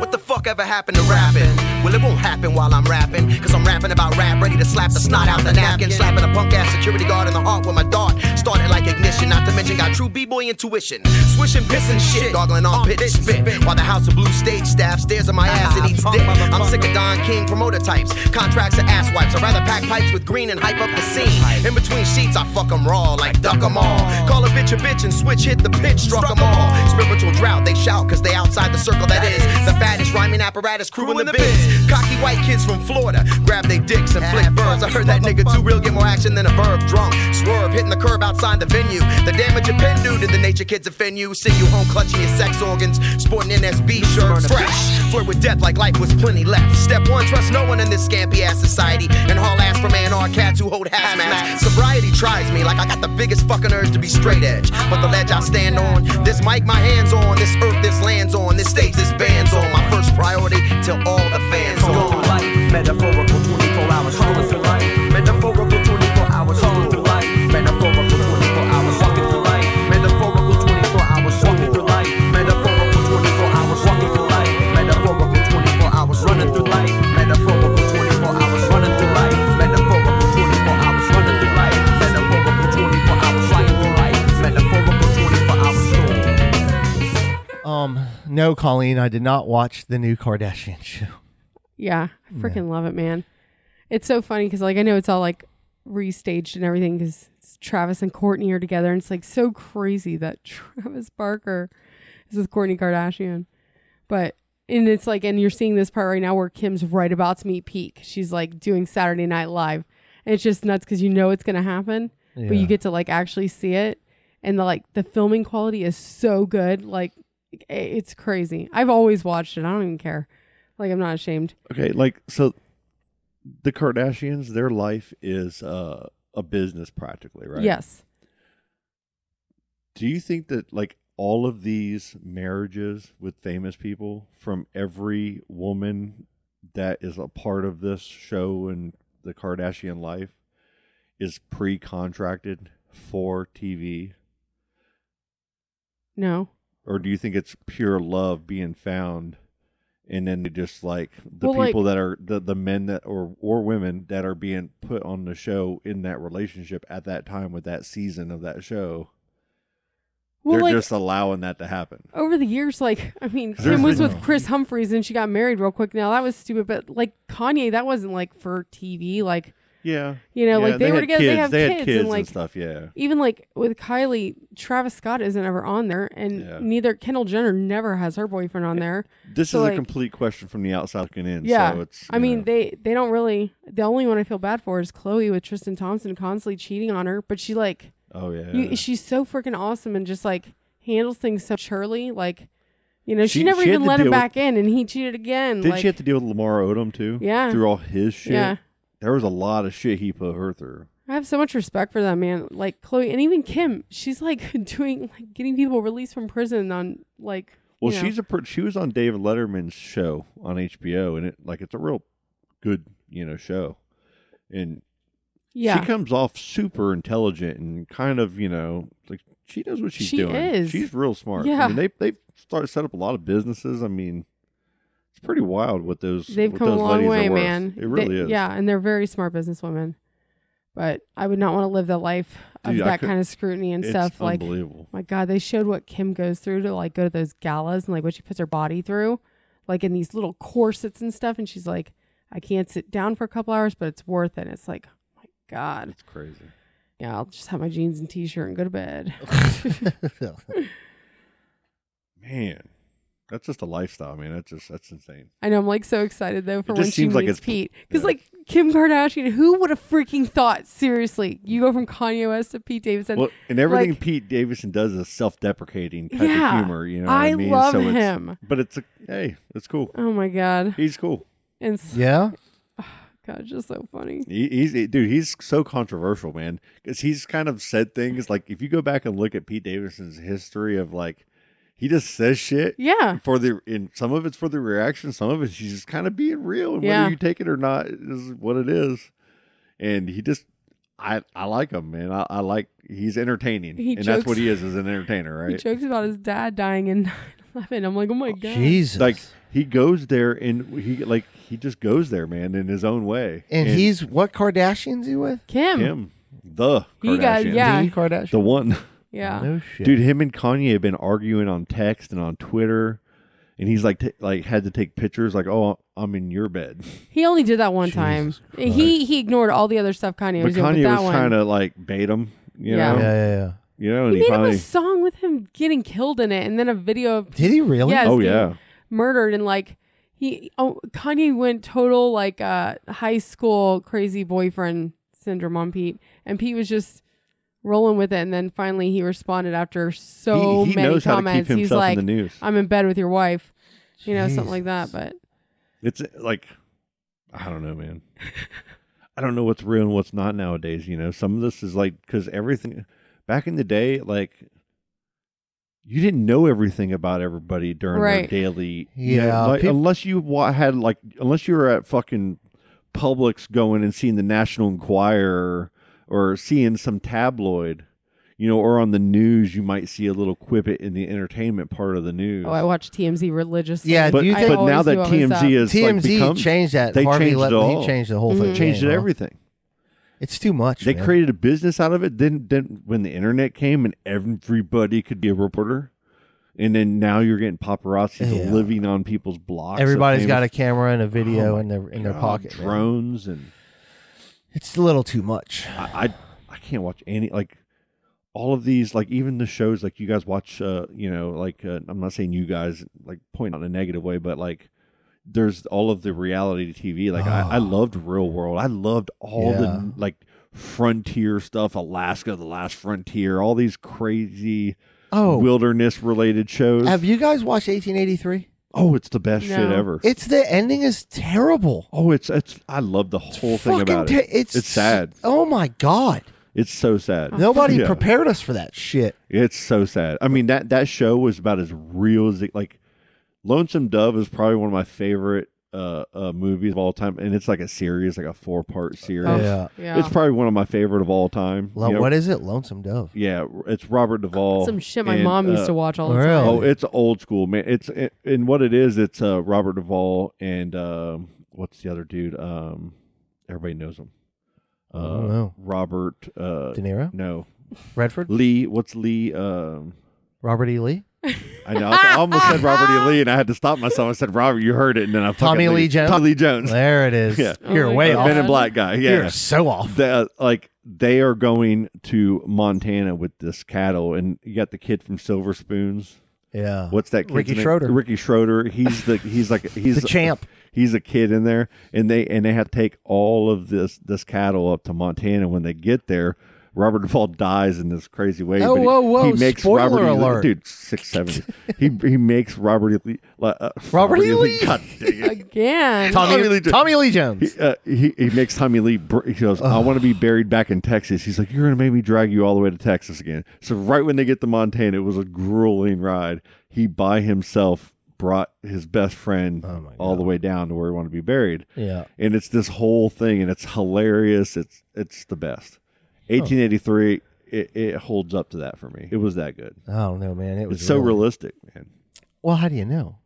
What the fuck ever happened to rapping? Well, it won't happen while I'm rapping. Cause I'm rapping about rap, ready to slap the snot out the napkin. Slapping a punk ass security guard in the heart with my dart. Started like ignition, not to mention got true B-boy intuition. Swishing, pissing shit, goggling on pitch spit. While the house of blue stage staff stares at my ass and eats dick. I'm sick of Don King promoter types, contracts and ass wipes. I'd rather pack pipes with green and hype up the scene. In between sheets, I fuck 'em raw, like duck 'em all. Call a bitch a bitch and switch, hit the pitch, struck 'em all. Spiritual drought, they shout, cause they outside the circle that is. The fattest rhyming apparatus crew in the biz. Cocky white kids from Florida grab they dicks and flick birds. I heard that nigga too real get more action than a verb drunk. Swerve, hitting the curb outside the venue. The damage your pen do to the nature kids offend you. Send you home clutching your sex organs, sporting NSB shirts. Fresh, flirt with death like life was plenty left. Step one, trust no one in this scampy ass society. And haul ass from A&R cats who hold hazmat. Sobriety tries me like I got the biggest fucking urge to be straight edge. But the ledge I stand on, this mic my hands on, this earth this land's on, this stage this band's on. My first priority till all the fans gone. Metaphorical 24 hours. Crawling through life, metaphorical 24 hours. Crawling through life, metaphorical 24 hours. Walking through life, metaphorical 24 hours. Walking through life, metaphorical 24 hours. Walking through life, metaphorical 24 hours. Running through life, metaphorical 24 hours. Running through life, metaphorical 24 hours. Running through life, metaphorical 24 hours. Flying through life, metaphorical 24 hours. Um, no, Colleen, I did not watch the new Kardashian show. Yeah, I freaking love it, man. It's so funny because like I know it's all like restaged and everything because Travis and Courtney are together, and it's like so crazy that [LAUGHS] Travis Barker is with Courtney Kardashian. But and it's like, and you're seeing this part right now where Kim's right about to meet peak. She's like doing Saturday Night Live, and it's just nuts because you know it's gonna happen, [LAUGHS] but Yeah. you get to like actually see it, and the like the filming quality is so good, like i- it's crazy. I've always watched it. I don't even care. Like I'm not ashamed. Okay, like so the Kardashians, their life is uh, a business practically, right? Yes. Do you think that like all of these marriages with famous people from every woman that is a part of this show and the Kardashian life is pre-contracted for TV No. or do you think it's pure love being found and then they just like the Well, like- people that are the, the men that or or women that are being put on the show in that relationship at that time with that season of that show Well, they're like just allowing that to happen over the years, like I mean, There's Kim was been- with Chris Humphries and she got married real quick. Now that was stupid, but like Kanye, that wasn't like for TV. Like yeah you know, like they, were had together. They have they kids, had kids and like stuff yeah even like with Kylie, Travis Scott isn't ever on there, and Yeah. neither Kendall Jenner never has her boyfriend on there. this so, is a like- complete question from the outside looking in Yeah, so it's I you mean know. they they don't really. The only one I feel bad for is Chloe with Tristan Thompson constantly cheating on her, but she like oh yeah You, she's so freaking awesome and just like handles things so surely. Like, you know, she, She- never she had even to let him deal with- back in, and he cheated again. did like, she have to deal with Lamar Odom too? Yeah. Through all his shit. Yeah. There was a lot of shit he put her through. I have so much respect for that man. Like Chloe and even Kim, she's like [LAUGHS] doing like getting people released from prison on like. Well, you know. she's a pr- she was on David Letterman's show on HBO, and it like it's a real good you know show, and yeah. she comes off super intelligent and kind of you know like she knows what she's She doing. is. She's real smart. Yeah. I mean, they they started set up a lot of businesses. I mean, it's pretty wild what those They've what come a those long ladies way, are worth. man. It really They- is. Yeah, and they're very smart businesswomen. But I would not want to live the life of Dude, I that could- kind of scrutiny and it's stuff. Like, unbelievable. My God, they showed what Kim goes through to like go to those galas and like what she puts her body through, like in these little corsets and stuff. And she's like, I can't sit down for a couple hours, but it's worth it. It's like, oh my God. It's crazy. Yeah, I'll just have my jeans and t shirt and go to bed. Man, That's just a lifestyle, man. That's just that's insane. I know I'm like so excited though for It when just she seems like meets it's- Pete because yeah. like Kim Kardashian, who would have freaking thought? Seriously, you go from Kanye West to Pete Davidson. Well, and everything like- Pete Davidson does is self-deprecating type Yeah, of humor. You know, what I, I mean? love so it's- him. but it's a, hey, it's cool. oh my god, He's cool. and [LAUGHS] Yeah. god, it's just so funny. He, he's he- dude. He's so controversial, man. Because he's kind of said things like if you go back and look at Pete Davidson's history of like, he just says shit. Yeah, For the in some of it's for the reaction, some of it's he's just kind of being real, and Yeah. whether you take it or not is what it is. And he just, I I like him, man. I, I like he's entertaining, He and that's jokes- what he is as an entertainer, right? he jokes about his dad dying in [LAUGHS] 9/11. I'm like, oh my god, Jesus. like he goes there and he like he just goes there man in his own way and, he's what Kardashians he with? Kim. him the He got- Kardashian. yeah. The Kardashian. the one Yeah, No shit. dude him and Kanye have been arguing on text and on Twitter and he's like t- like had to take pictures like oh I'm in your bed he only did that one time. He he ignored all the other stuff Kanye but was doing. Kanye but that was one, trying to like bait him you Yeah. Yeah, know yeah, yeah. you know and he he, made up finally a song with him getting killed in it, and then a video of Did he really? Yeah, oh getting yeah murdered and like he oh Kanye went total like uh high school crazy boyfriend syndrome on Pete and Pete was just rolling with it and then finally he responded after so he, he many knows how to keep comments he's himself like in the news I'm in bed with your wife you know something Jesus. like that but It's eh, like I don't know, man. [LAUGHS] I don't know what's real and what's not nowadays. You know, some of this is like because everything back in the day, like you didn't know everything about everybody during Right. their daily. you know, Yeah, like, peop- unless you wa- had like unless you were at fucking Publix going and seeing the National Enquirer or seeing some tabloid. You know, or on the news, you might see a little quippet in the entertainment part of the news. oh I watch TMZ religiously Yeah, but do you I think- but now always that do all this stuff. TMZ is like TMZ become, changed that. they Harvey changed let, it all. He changed the whole Mm-hmm. thing. changed man, it huh? everything. It's too much. They man. created a business out of it. Then, then when the internet came and everybody could be a reporter, and then now you're getting paparazzi Yeah. living on people's blocks. Everybody's Everybody's got a camera and a video Oh my in their in their pocket. man. drones, and It's a little too much. I, I I can't watch any like all of these like even the shows like you guys watch. Uh, you know, like uh, I'm not saying you guys like point out in a negative way, but like. There's all of the reality TV. Like I, I loved Real World. I loved all Ah. Yeah. the like frontier stuff, Alaska, the last frontier, all these crazy Oh, wilderness related shows. have you guys watched 1883? oh, it's the best shit No. ever. It's the ending is terrible. oh, it's it's I love the whole thing Fucking about ter- it. It's sad. Oh my god. It's so sad. Nobody Yeah. prepared us for that shit. It's so sad. I mean that that show was about as real as it, like Lonesome Dove is probably one of my favorite uh, uh movies of all time, and it's like a series, like a four part series. Oh, Yeah. yeah It's probably one of my favorite of all time. Lo- You know, what is it? Lonesome Dove. yeah, it's Robert Duvall. some shit my and, mom used uh, to watch all the time really? Oh, it's old school, man. It's it, and what it is, it's uh, Robert Duvall and um, what's the other dude? Um, everybody knows him. Uh, don't know. Robert. Uh, De Niro? no, Redford? Lee. What's Lee? Um, Robert E. Lee? I know. I almost said Robert E. Lee, and I had to stop myself. I said Robert. You heard it, and then I fucking Tommy Lee Jones? Tommy Lee Jones. There it is. [LAUGHS] Yeah. You're Oh my way God. off. Men in Black guy. Yeah. You're so off. the, uh, like they are going to Montana with this cattle, and you got the kid from Silver Spoons. Yeah. What's that? Kid's Ricky name? Schroeder. Ricky Schroeder. He's the he's like [LAUGHS] he's The champ. [LAUGHS] He's a kid in there, and they and they have to take all of this this cattle up to Montana. When they get there, Robert Duvall dies in this crazy way. Oh, but he- whoa, whoa, He makes spoiler Robert E. Lee- alert. dude six [LAUGHS] seventy. he he makes Robert E. Lee, like, uh, Robert E. Lee. [LAUGHS] God dang it. again Tommy, Tommy Tommy, Lee Lee Jo- Jones. He, uh, he, he makes Tommy Lee. Br- he goes, "I want to be buried back in Texas." He's like, "You're gonna make me drag you all the way to Texas again." So right when they get to Montana, it was a grueling ride. He by himself brought his best friend Oh all the way down to where he wanted to be buried, yeah. and it's this whole thing, and it's hilarious. It's it's the best. 1883. It, it holds up to that for me. It was that good. I don't know, man. It was it's so really- realistic, man. Well, how do you know?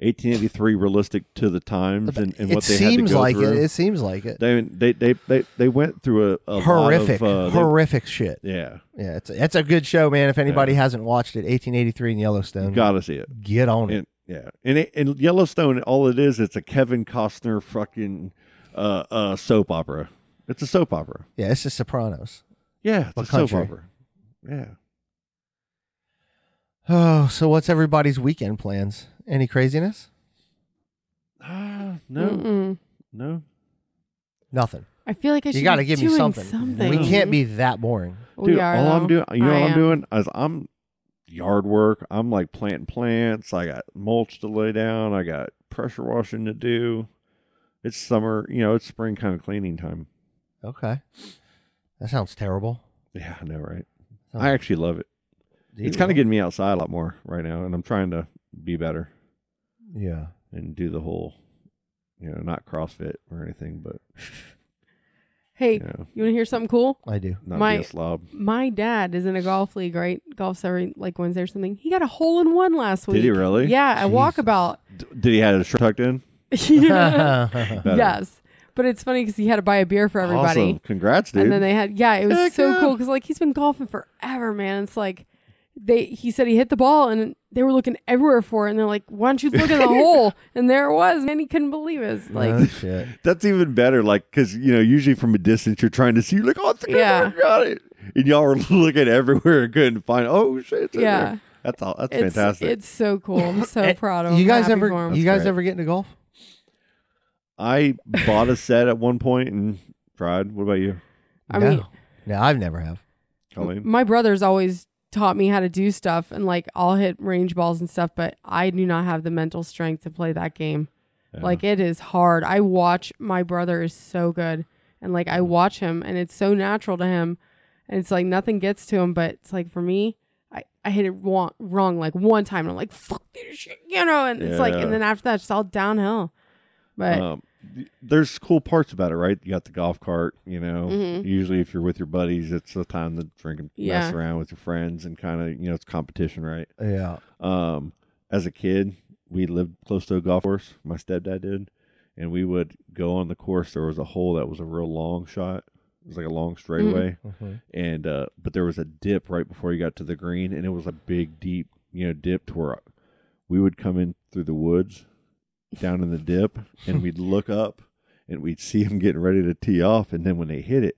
1883 realistic to the times and, and it what they had to seems go like through. it. It seems like it. They they they they, they went through a, a horrific, Lot of, uh, they- horrific shit. yeah, Yeah, it's that's a good show, man. If anybody hasn't watched it, 1883 in Yellowstone, gotta see it. get on it. And, yeah, and it, and Yellowstone, all it is, it's a Kevin Costner fucking uh, uh, soap opera. It's a soap opera. Yeah, it's the Sopranos. Yeah, it's What a soap country? opera. Yeah, Oh, so what's everybody's weekend plans? Any craziness? Ah, no, Mm-mm. no. Nothing. I feel like I should. you got to be give me doing something. We can't be that boring. We Dude, are, all I'm though. doing, you know, I what I'm am. doing is I'm yard work. I'm like planting plants. I got mulch to lay down. I got pressure washing to do. It's summer, you know, it's spring kind of cleaning time. Okay. That sounds terrible. Yeah, I know, right? Oh. I actually love it. Do it's you? kind of getting me outside a lot more right now, and I'm trying to be better Yeah. and do the whole, you know, not CrossFit or anything, but Hey, you know, you want to hear something cool? I do. not My- be a slob. My dad is in a golf league, right? Golf's every like Wednesday or something. He got a hole in one last week. Did he really? Yeah, at [LAUGHS] walkabout. [LAUGHS] D- did he have his shirt tucked in? yes, [LAUGHS] Better. but it's funny because he had to buy a beer for everybody. Awesome. Congrats, dude. And then they had yeah, it was Heck so yeah. cool because like he's been golfing forever, man. It's like they he said he hit the ball and they were looking everywhere for it, and they're like, "Why don't you look [LAUGHS] in the hole?" And there it was, man. He couldn't believe it. It's like Oh, shit. That's even better, like because you know usually from a distance you're trying to see, like oh, it's a good Yeah. one, got it, and y'all are [LAUGHS] looking everywhere and couldn't find. Oh shit, it's in Yeah. there. that's all. That's it's fantastic. it's so cool. [LAUGHS] I'm so Eh, proud of him. you guys Happy ever for him. you guys great. ever get into golf? I bought a set at one point and tried. What about you, I no. mean- no, I've never have. Colleen? My brother's always taught me how to do stuff and like I'll hit range balls and stuff, but I do not have the mental strength to play that game. Yeah. Like it is hard. I watch my brother is so good and like Mm. I watch him and it's so natural to him and it's like nothing gets to him, but it's like for me, I, I hit it wrong, wrong like one time and I'm like, fuck this shit, you know, and it's like Yeah. and then after that it's all downhill. But um, there's cool parts about it, right? You got the golf cart. You know, Mhm. usually if you're with your buddies, it's the time to drink and Yeah. mess around with your friends and kind of you know it's competition, right? Yeah. um, as a kid, we lived close to a golf course. My stepdad did, and we would go on the course. There was a hole that was a real long shot. It was like a long straightaway, Mhm. and uh, but there was a dip right before you got to the green, and it was a big, deep, you know, dip to where we would come in through the woods, down in the dip, and [LAUGHS] we'd look up, and we'd see them getting ready to tee off, and then when they hit it.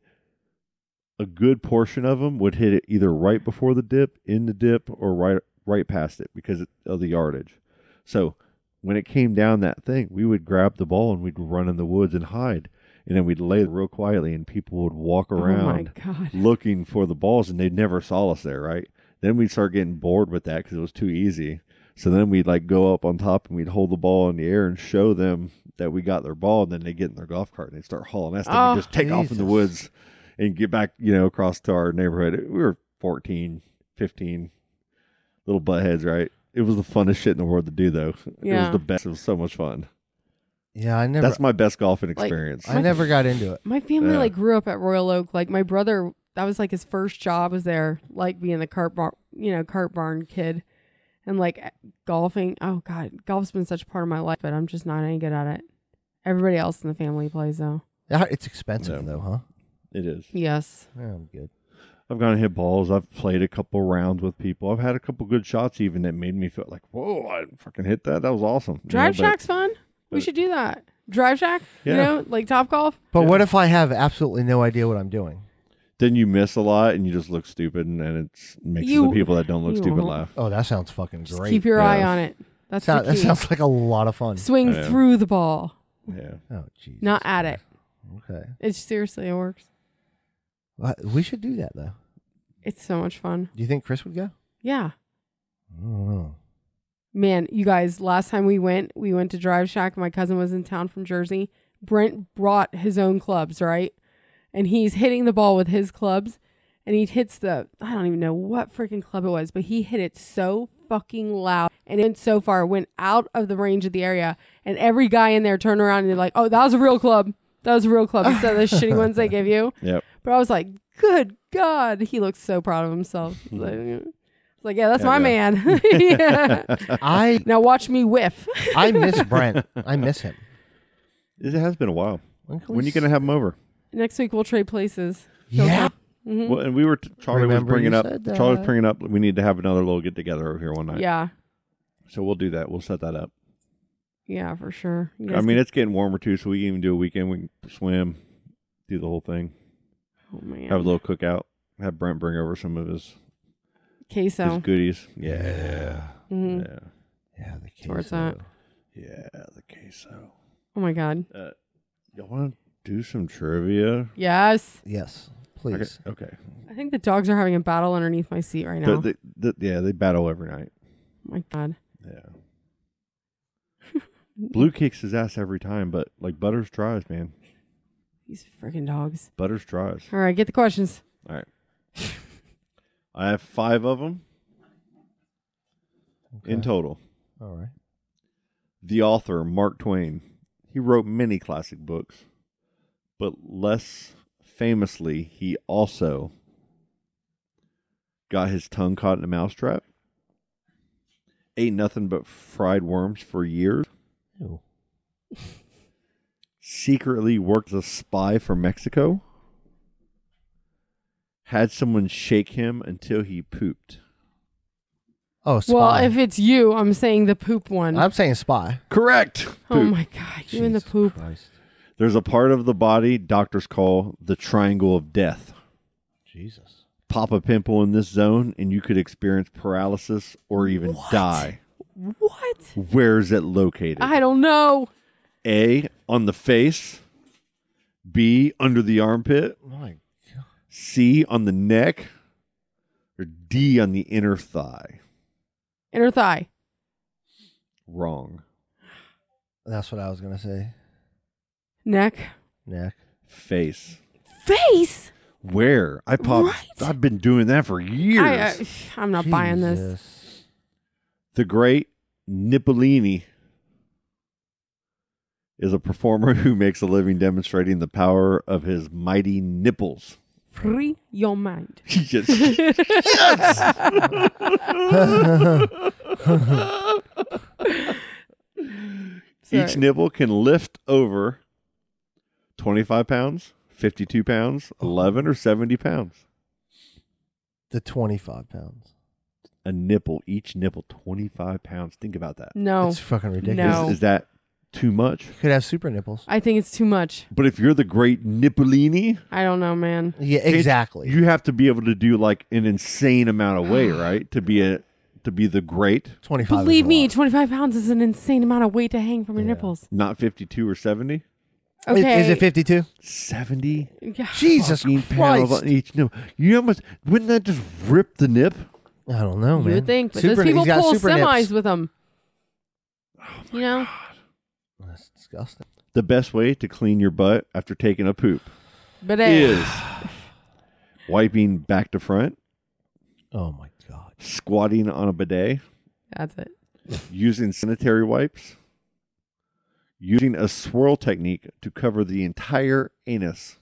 A good portion of them would hit it either right before the dip, in the dip, or right right past it because of the yardage. So when it came down that thing, we would grab the ball and we'd run in the woods and hide, and then we'd lay real quietly, and people would walk oh my around god. looking for the balls and they never saw us there, right? Then we'd start getting bored with that because it was too easy. So then we'd like go up on top and we'd hold the ball in the air and show them that we got their ball. And then they get in their golf cart and they start hauling ass. Then Oh, we just take off in the Jesus. woods and get back, you know, across to our neighborhood. We were 14, 15, little buttheads, right? It was the funnest shit in the world to do, though. It Yeah. was the best. It was so much fun. Yeah, I never That's my best golfing experience. I never got into it. My family Yeah. like grew up at Royal Oak. Like my brother, that was like his first job was there, like being the cart bar, you know, cart barn kid, and like golfing. Oh God, golf's been such a part of my life, but I'm just not any good at it. Everybody else in the family plays though. Ah, It's expensive No. though, huh? it is. Yes. Yeah, I'm good. I've gone and hit balls. I've played a couple rounds with people. I've had a couple good shots even that made me feel like, whoa, I fucking hit that. That was awesome. You Drive know, but- Shack's fun. We but- should do that. Drive Shack. You Yeah. know, like Top Golf. But Yeah. what if I have absolutely no idea what I'm doing? Then you miss a lot and you just look stupid, and, and it makes You- the people that don't look you stupid won't. laugh. Oh, that sounds fucking Just great. keep your Yeah. eye on it. That's Sou- the that key. sounds like a lot of fun. Swing Yeah. through the ball, Yeah. [LAUGHS] Oh, Jesus. not at it. Okay. It's seriously, it works. Well, we should do that though. It's so much fun. Do you think Chris would go? Yeah. I don't know. Man, you guys, last time we went, we went to Drive Shack. My cousin was in town from Jersey. Brent brought his own clubs, right? And he's hitting the ball with his clubs. And he hits the, I don't even know what freaking club it was, but he hit it so fucking loud. And it went so far, it went out of the range of the area. And every guy in there turned around and they're like, oh, that was a real club. That was a real club. Instead of the [LAUGHS] shitty ones they give you. Yep. But I was like, good God. He looks so proud of himself. It's like, I was like, Mm-hmm. yeah, that's my man. [LAUGHS] [LAUGHS] yeah. [LAUGHS] I Now watch me whiff. I miss Brent. I miss him. It has been a while. When, can we When are you s- going to have them over? Next week we'll trade places. Yeah. Mhm. Well, and we were, t- Charlie Remember was bringing you up, said Charlie that. was bringing up, we need to have another little get together over here one night. Mm-hmm. Yeah. So we'll do that. We'll set that up. Yeah, for sure. You I guys mean, it's getting warmer too, so we can even do a weekend. We can swim, do the whole thing, can- oh, man. have a little cookout, have Brent bring over some of his queso. His goodies. Yeah. Mhm. Yeah. Yeah, the queso. where it's at. Yeah. The queso. Oh my god. Uh, y'all want to do some trivia? Yes. Yes, Okay. please. okay. I think the dogs are having a battle underneath my seat right now. The- the- the- yeah, they battle every night. oh my god. Yeah. Blue kicks his ass every time, but like Butters tries, man. These freaking dogs. Butters tries. All right, get the questions. All right. I have five of them in total. All right. The author, Mark Twain, he wrote many classic books, but less famously, he also got his tongue caught in a mousetrap, ate nothing but fried worms for years, Ew. secretly worked as a spy for Mexico, had someone shake him until he pooped. Oh, spy. Well, if it's you, I'm saying the poop one. I'm saying spy. Correct. oh Poop. my god, you and the Jesus poop. Christ. There's a part of the body doctors call the triangle of death. Jesus. Pop a pimple in this zone and you could experience paralysis or even die. What? Where is it located? I don't know. A on the face, B under the armpit, My C on the neck, or D on the inner thigh. Inner thigh. Wrong. That's what I was gonna say. Neck. Neck. Face. Face. Where? I popped. What? I've been doing that for years. I, I, I'm not buying this. Jesus. the great Nippolini is a performer who makes a living demonstrating the power of his mighty nipples. [LAUGHS] Free your mind. He just- Sorry. each nipple can lift over 25 pounds, 52 pounds, 11 or 70 pounds. The 25 pounds. A nipple, each nipple 25 pounds. Think about that. Is no, It's fucking ridiculous. Oh, No. is that too much? You could have super nipples. I think it's too much. But if you're the great Nippolini, I don't know, man. Yeah, it- exactly. you have to be able to do like an insane amount of weight, right? To be a to be the great, 25. is Believe a me, lot. 25 pounds is an insane amount of weight to hang from your nipples. not fifty two or seventy. Is- Okay. Is, it 52? 70 Yeah. Jesus fucking pounds Christ. on each nip. You know how much? Wouldn't that just rip the nip? I don't know, You man. would think, but Super- those people he's got pull super semis nips. Oh with them. you know, That's disgusting. The best way to clean your butt after taking a poop but hey, is wiping back to front, Oh my god. squatting on a bidet, that's it. using sanitary wipes, using a swirl technique to cover the entire anus.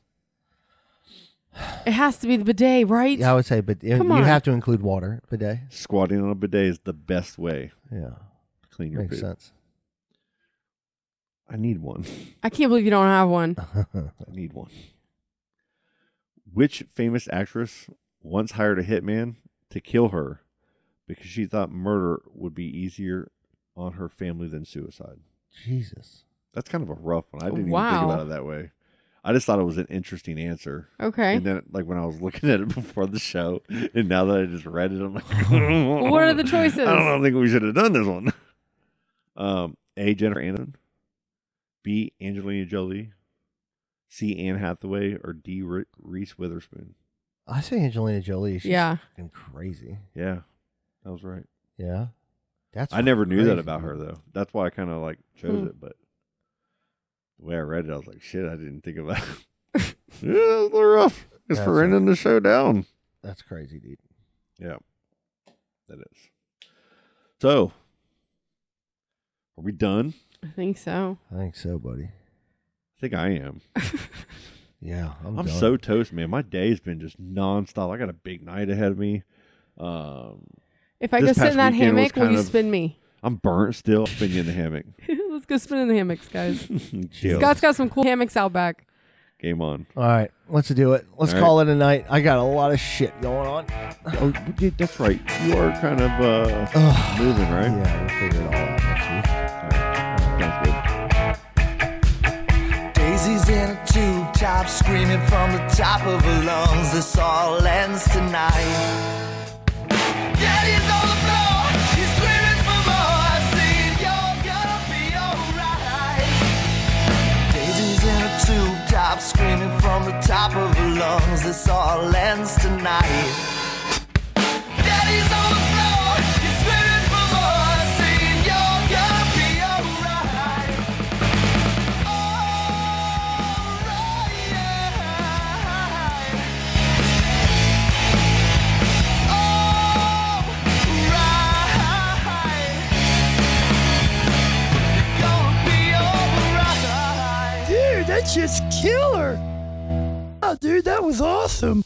It has to be the bidet, right? Yeah, I would say, but you Come you on. have to include water bidet. Squatting on a bidet is the best way Yeah, to clean your makes poop. sense. I need one. [LAUGHS] I can't believe you don't have one. Uh-huh. I need one. Which famous actress once hired a hitman to kill her because she thought murder would be easier on her family than suicide? Jesus. That's kind of a rough one. I didn't even Wow. think about it that way. I just thought it was an interesting answer. Okay. And then, like when I was looking at it [LAUGHS] before the show, and now that I just read it, I'm like, [LAUGHS] What are the choices? I don't know, I think we should have done this one. [LAUGHS] Um, A. Jennifer Aniston, B. Angelina Jolie, C. Anne Hathaway, or D. Re- Reese Witherspoon. I say Angelina Jolie. She's Yeah. fucking crazy. Yeah, that was right. Yeah. That's I never fucking knew that crazy, about dude. her though. That's why I kind of like chose Hmm. it. But the way I read it, I was like, shit, I didn't think about it. [LAUGHS] [LAUGHS] yeah, that was a little rough. It's That's for right. ending the show down. That's crazy, dude. Yeah, that is. So, are we done? I think so. I think so, buddy. I think I am. Yeah, I'm, I'm, done. so toast, man. My day's been just nonstop. I got a big night ahead of me. Um, If I This go sit past in that weekend was hammock, will kind you of- spin me? [LAUGHS] I'm burnt still. I've been in the hammock. Let's go spin in the hammocks, guys. Chill. Scott's got some cool hammocks out back. [LAUGHS] Game on. All right, let's do it. Let's All right. call it a night. I got a lot of shit going on. Oh, yeah, that's right. You are kind of uh, Ugh. moving, right? Yeah, we'll figure it all out next week. All right. Sounds good. Daisy's in a tube top, screaming from the top of her lungs. This all ends tonight. That shit's killer. Oh, dude, that was awesome.